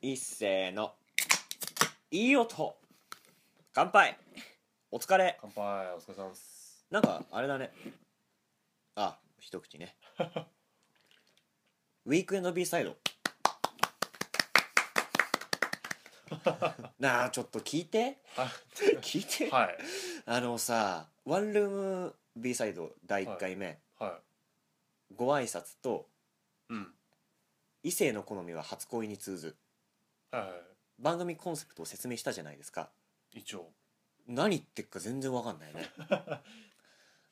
一斉のいい音乾杯お疲れ乾杯お疲れ様ですなんかあれだねあ一口 ねウィークエンド B サ イドなあちょっと聞い ては聞いて、いはいあのさワンルーム B サイド第1回目、はご挨拶というん異性の好みは初恋に通ずはいは番組コンセプトを説明したじゃないですかい一応何言ってっか全然わかん ないね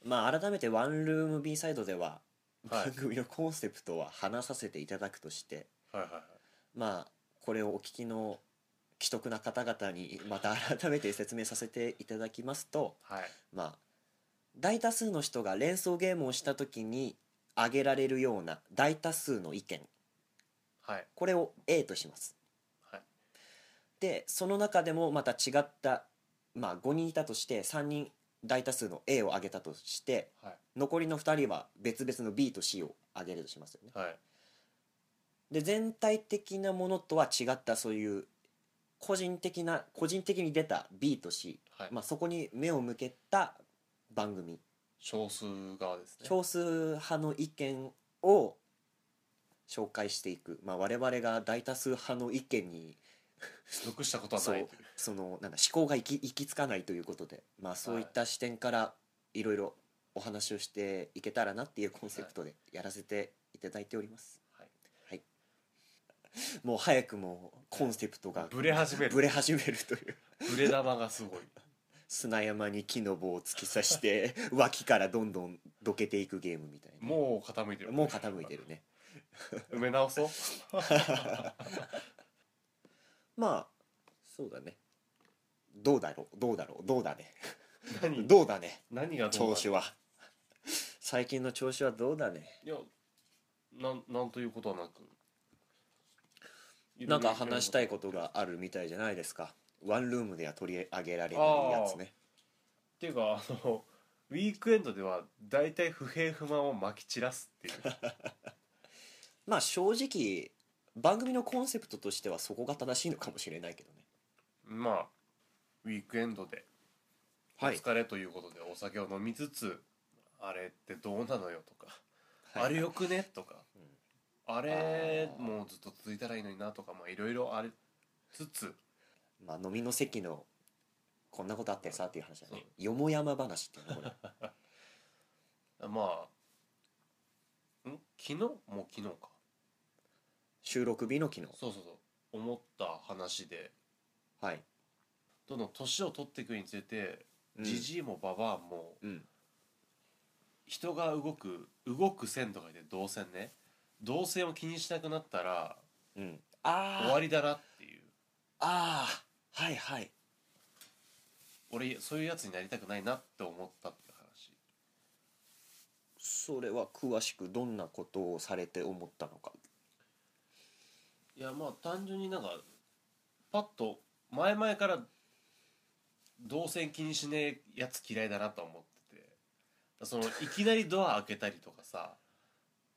まあ改めてワンルーム B サイドでははい番組のコンセプトは話させていただくとしてはいはいはいまあこれをお聞きの既得な方々にまた改めて説明させていただきますとはいまあ大多数の人が連想ゲームをした時に挙げられるような大多数の意見はいこれを A としますはいでその中でもまた違った、まあ、5人いたとして3人大多数の A を挙げたとしてはい残りの2人は別々の B と C を挙げるとしますよねはいで全体的なものとは違ったそういう個人的な個人的に出た B と C、はいまあ、そこに目を向けた番組少数側ですね少数派の意見を紹介していく、まあ、我々が大多数派の意見に属したことはないというそのなんだ思考が行き行き着かないということで、まあ、そういった視点からいろいろお話をしていけたらなっていうコンセプトでやらせていただいております、はいもう早くもコンセプトがブレ始めるブレ始めるという ブレ玉がすごい砂山に木の棒を突き刺して 脇からどんどんどけていくゲームみたいなもう傾いてるもう傾いてるね埋め直そうまあそうだねどうだろうどうだろうどうだね何どうだね何がどう調な子は 最近の調子はどうだねいやなんなんということはなくなんか話したいことがあるみたいじゃないですかワンルームでは取り上げられないやつねっていうかあのウィークエンドでは大体不平不満をまき散らすっていうまあ正直番組のコンセプトとしてはそこが正しいのかもしれないけどねまあウィークエンドでお疲れということでお酒を飲みつつ、あれってどうなのよとか、はいあれよくねとか、んあれあーもうずっと続いたらいいのになとかまあいろいろありつつまあ飲みの席のこんなことあってさっていう話だねそよもやま話っていうのこ れまあん昨日もう昨日か収録日の昨日そうそうそう思った話ではいどんどん年を取っていくにつれてうんじじいもばばあもうん人が動く動く線とかで動線ね動線を気にしなくなったらうんあ終わーりだなっていうあーはいはい俺そういうやつになりたくないなって思ったっていう話それは詳しくどんなことをされて思ったのかいやまあ単純になんかパッと前々から動線気にしねえやつ嫌いだなと思っててそのいきなりドア開けたりとかさ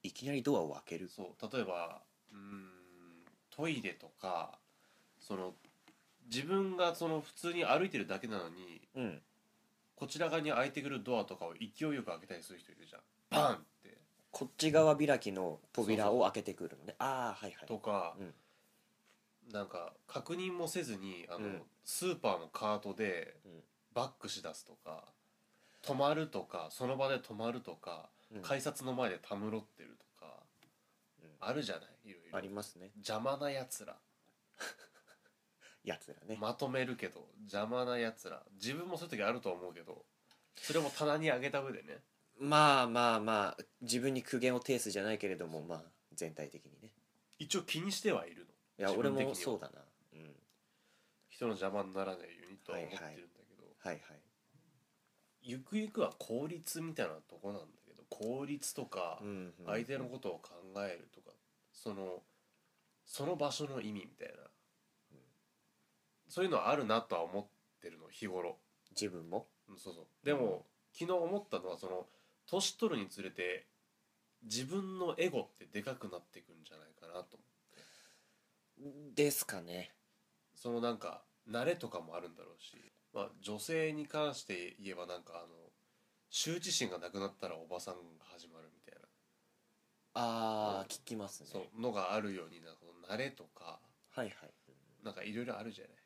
いきなりドアを開けるそう例えばうーんトイレとかその自分がその普通に歩いてるだけなのにうんこちら側に開いてくるドアとかを勢いよく開けたりする人いるじゃんバンってこっち側開きの扉を開けてくるのねああはいはいとか、うんなんか確認もせずにあの、うんスーパーのカートでうんバックしだすとか止まるとかその場で止まるとか、うん改札の前でたむろってるとか、うんあるじゃないいろいろありますね邪魔なやつらやつらね、まとめるけど邪魔なやつら自分もそういう時あると思うけどそれも棚に上げた上でねまあまあまあ自分に苦言を呈すじゃないけれどもまあ全体的にね一応気にしてはいるのいや自俺分的にはもそうだなうん人の邪魔にならないようにとは思ってるんだけど、はいはいゆくゆくは効率みたいなとこなんだけど効率とかうんうんうん相手のことを考えるとかそのその場所の意味みたいなそういうのはあるなとは思ってるの日頃自分もうんそうそうでも、昨日思ったのはその年取るにつれて自分のエゴってでかくなっていくんじゃないかなと思うですかねそのなんか慣れとかもあるんだろうし、まあ、女性に関して言えばなんかあの羞恥心がなくなったらおばさんが始まるみたいなああ、うん聞きますねそうのがあるようになんかこの慣れとかはいはいなんかいろいろあるじゃなうい、ん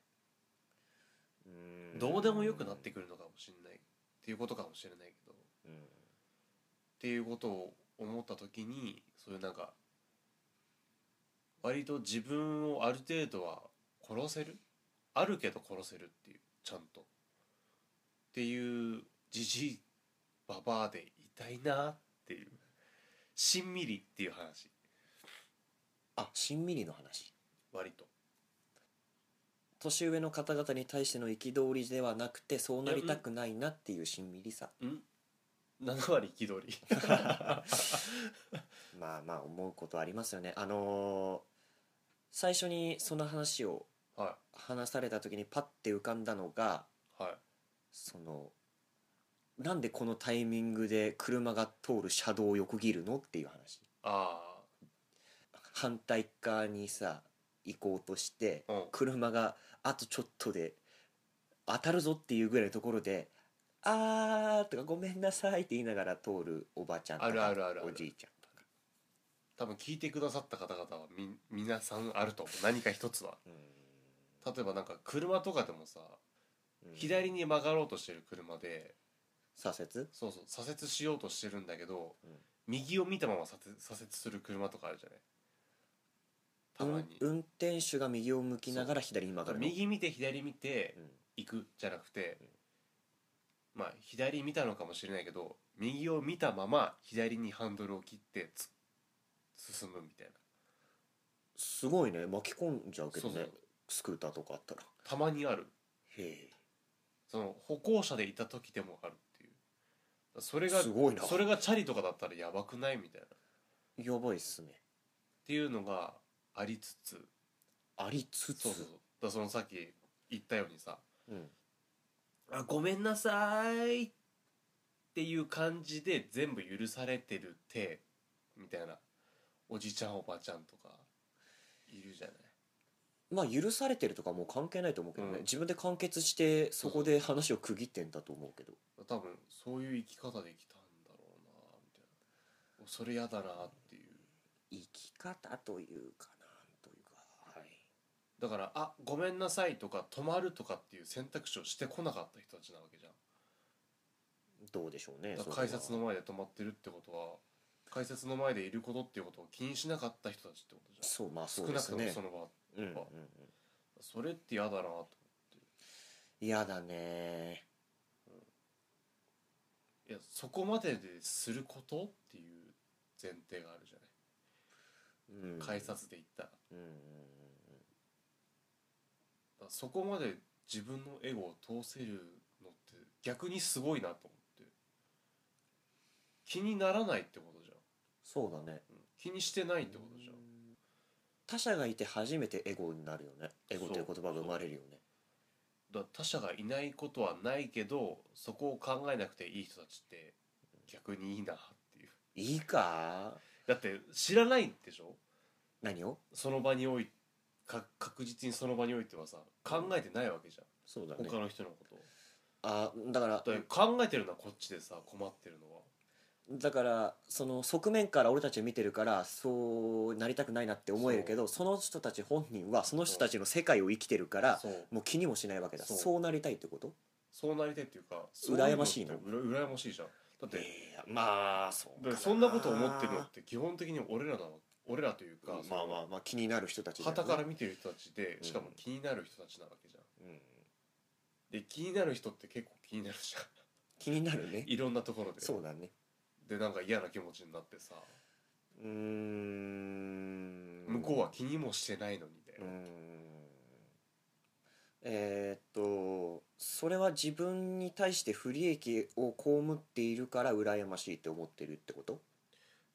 どうでもよくなってくるのかもしれないっていうことかもしれないけどっうんていうことを思った時にそういうなんか割と自分をある程度は殺せるあるけど殺せるっていうちゃんとっていうじじいばばあでいたいなっていうしんみりっていう話あしんみりの話割と年上の方々に対しての憤りではなくてそうなりたくないなっていうしんみりさうん7割憤り まあまあ思うことありますよねあのー最初にその話をは話された時にパッて浮かんだのがいはいそのなんでこのタイミングで車が通る車道を横切るのっていう話あ反対側にさ行こうとしてあうん車があとちょっとで当たるぞっていうぐらいのところで「あー」とか「ごめんなさい」って言いながら通るおばちゃんとかあるあるあるあるおじいちゃんとか、多分聞いてくださった方々はみ皆さんあると思う何か一つは例えばなんか車とかでもさうん左に曲がろうとしてる車で左折そうそう左折しようとしてるんだけど、うん右を見たまま左折左折する車とかあるじゃないたまに、運運転手が右を向きながら左に曲がるの右見て左見てうん行くじゃなくて、まあ左見たのかもしれないけど右を見たまま左にハンドルを切ってつ進むみたいなすごいね巻き込んじゃうけそどうねそうスクーターとかあったらたまにあるへその歩行者でいた時でもあるっていうそれえがすごいなそれがチャリとかだったらやばくないみたいなっやばいっすねていうのがありつつありつつそうそうそうだからそのさっき言ったようにさうん「あごめんなさい」っていう感じで全部許されてるってみたいなおじちゃんおばちゃんとかいるじゃないまあ許されてるとかもう関係ないと思うけどね、うん自分で完結してそこで話を区切ってんだと思うけど多分そういう生き方できたんだろうなみたいなそれやだなっていう生き方というかなんというかはいだから「あごめんなさい」とか「止まる」とかっていう選択肢をしてこなかった人たちなわけじゃんどうでしょうねだからそれ改は札の前で止まってるってことは改札の前でいることっていうことを気にしなかった人たちってことじそうまあゃそんうで少なくすともねその場うんうんうんそれって嫌だなと嫌だねいやそこまでですることっていう前提があるじゃない、うん改札で行ったらだかうんうんうんらそこまで自分のエゴを通せるのって逆にすごいなと思って気にならないってことじゃんそうだねうん気にしてないってことじゃん他者がいて初めてエゴになるよねエゴという言葉が生まれるよねだ他者がいないことはないけどそこを考えなくていい人たちって逆にいいなっていういいかだって知らないんでしょ何をその場においか確実にその場においてはさ考えてないわけじゃそうだんね他の人のことをあだからだから考えてるのはこっちでさ困ってるのはだからその側面から俺たちは見てるからそうなりたくないなって思えるけどその人たち本人はその人たちの世界を生きてるからそうもう気にもしないわけだそそううなりたいってことそうなりたいっていうか羨ましいのそううのってうら羨ましいじゃんだっていやまあそだからそんなこと思ってるのって基本的に俺らなの俺らというかまあまあまあ気になる人たちだよね旗から見てる人たちでうんしかも気になる人たちなわけじゃんうんで気になる人って結構気になるじゃん 気になるねいろんなところでそうだねでなんか嫌な気持ちになってさ、うーん向こうは気にもしてないのにみたういーなんえーっとそれは自分に対して不利益を被っているから羨ましいって思ってるってこと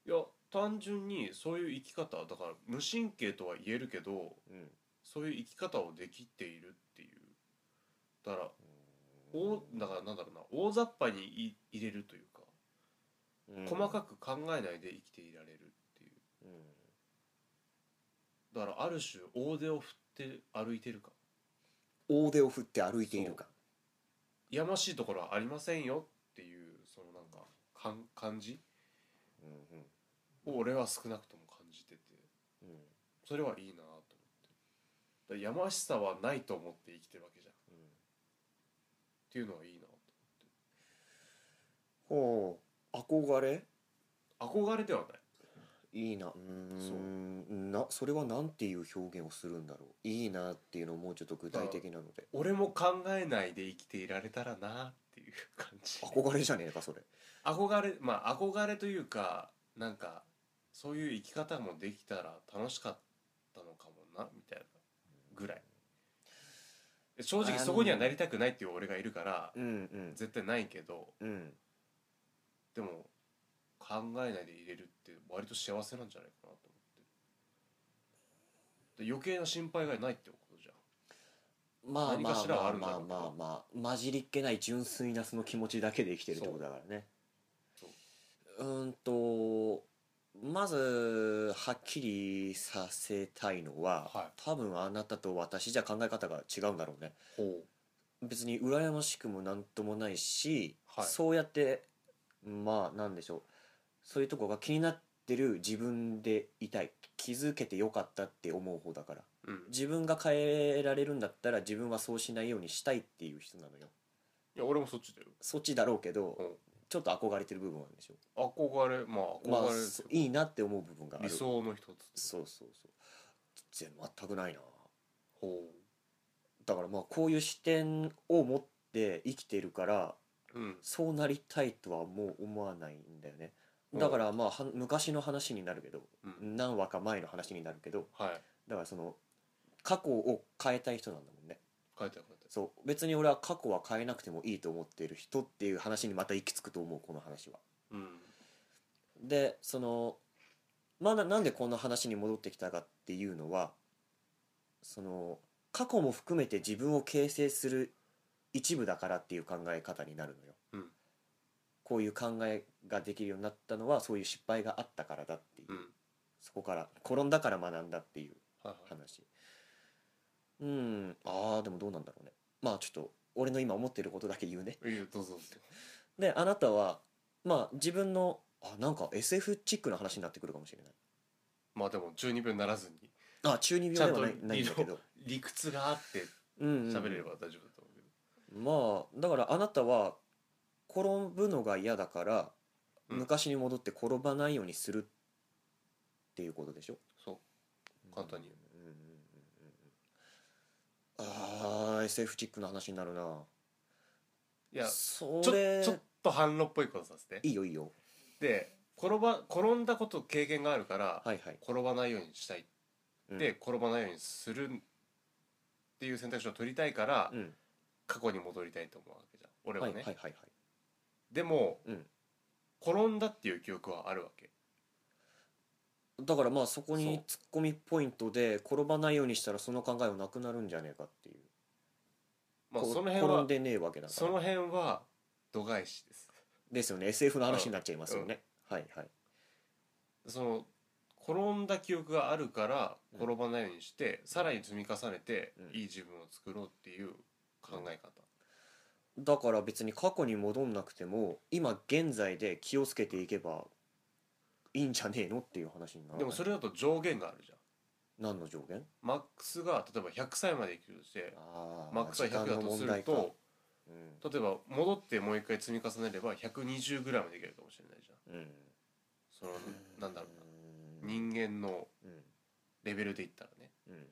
いや単純にそういう生き方だから無神経とは言えるけどうんそういう生き方をできているっていうだから大だからなんだろうな大雑把にい入れるというか、うん細かく考えないで生きていられるっていううんだからある種大手を振って歩いてるか大手を振って歩いているかやましいところはありませんよっていうそのなんかかん感じうんうんを俺は少なくとも感じててうんそれはいいなと思ってだからやましさはないと思って生きてるわけじゃんっうんていうのはいいなとほう憧れ憧れではないいいなうーんなそれはなんていう表現をするんだろういいなっていうのをもうちょっと具体的なので俺も考えないで生きていられたらなっていう感じ憧れじゃねえかそれ憧れまあ憧れというかなんかそういう生き方もできたら楽しかったのかもなみたいなぐらい正あ直のそこにはなりたくないっていう俺がいるからうんうん絶対ないけどうんでも考えないで入れるって割と幸せなんじゃないかなと思ってで余計な心配がないってことじゃんまあ何まかあしらまはああるんだまあろうけどまあまあ混じりっけない純粋なその気持ちだけで生きてるってことだからねそううーんとまずはっきりさせたいのは、は多分あなたと私じゃ考え方が違うんだろうねほ別に羨ましくもなんともないし、はいそうやってまあなんでしょうそういうとこが気になってる自分でいたい気づけてよかったって思う方だからう、うん、自分が変えられるんだったら自分はそうしないようにしたいっていう人なのよいや俺もそっちだよそっちだろうけど、うんちょっと憧れてる部分はあるでしょ憧れまあまあ憧れですそよ、いいなって思う部分がある理想の一つそうそうそう全全くないなほだからまあこういう視点を持って生きてるからううんそうなりたいとはもう思わないんだよねだからまあは昔の話になるけどうん何話か前の話になるけどはいだからその過去を変えたい人なんだもんね書いてある書いてあるそう別に俺は過去は変えなくてもいいと思っている人っていう話にまた行き着くと思うこの話はうんでそのまだなんでこんな話に戻ってきたかっていうのはその過去も含めて自分を形成する一部だからっていう考え方になるのよ、うんこういう考えができるようになったのはそういう失敗があったからだっていう、うんそこから転んだから学んだっていうはいはい話うんあーでもどうなんだろうねまあちょっと俺の今思ってることだけ言うねいいよどうぞどうぞであなたはまあ自分のあなんか SF チックな話になってくるかもしれないまあでも12秒にならずにあ中二病ではないちゃんとないんだけど理屈があってうんうんうん喋れれば大丈夫だと思うけど、まあだからあなたは転ぶのが嫌だから、うん昔に戻って転ばないようにするっていうことでしょそう簡単に言ううんうんうんうんあー SF チックな話になるないやちそょれちょっと反論っぽいことさせていいよいいよで転ば転んだこと経験があるから、はいはい転ばないようにしたいって、うん転ばないようにするっていう選択肢を取りたいから、うん過去に戻りたいと思うわけじゃん俺ははいね、はいはいはいでも、うん転んだっていう記憶はあるわけだからまあそこにそうツッコミポイントで転ばないようにしたらその考えはなくなるんじゃねえかっていう、まあこその辺転はんでねえわけだからその辺は度外視ですですよね SF の話になっちゃいますよね、はいはいその転んだ記憶があるからうん転ばないようにして、さらに積み重ねて、うんいい自分を作ろうっていう考え方、だから別に過去に戻んなくても今現在で気をつけていけばいいんじゃねえのっていう話になるでもそれだと上限があるじゃん何の上限マックスが例えば100歳まで生きるとしてあーマックスが100だとす時る間の問と題か例えば戻ってもう一回積み重ねれば120ぐらいまでいけるかもしれないじゃんうん、うん、そのなんだろうなうん人間のうんレベルでいったらねうんうん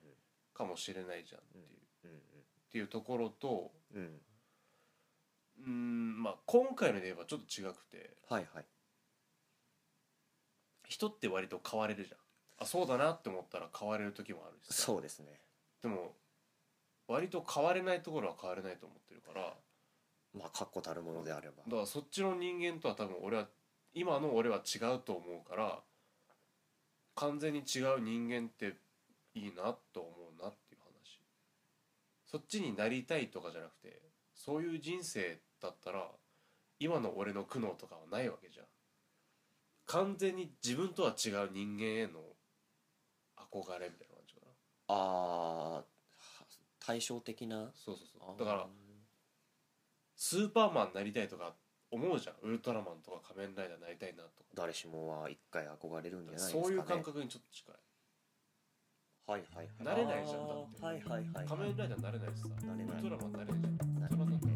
かもしれないじゃんっていう,、っうんていうところとうんうんうーんまあ今回ので言えばちょっと違くてはいはい人って割と変われるじゃんあそうだなって思ったら変われる時もあるしさそうですねでも割と変われないところは変われないと思ってるからだまあ確固たるものであればからそっちの人間とは多分俺は今の俺は違うと思うから完全に違う人間っていいなと思うなっていう話そっちになりたいとかじゃなくてそういう人生だったら今の俺の苦悩とかはないわけじゃん完全に自分とは違う人間への憧れみたいな感じかなあーは対照的なそうそうあそうーだからスーパーマンになりたいとか思うじゃんウルトラマンとか仮面ライダーになりたいなとか誰しもは一回憧れるんじゃないですかねそういう感覚にちょっと近いはいはいはい慣れないじゃんあーだってはいはいはい仮面ライダーになれないしさなれないウルトラマンになれないじゃんウなれルトラマンにな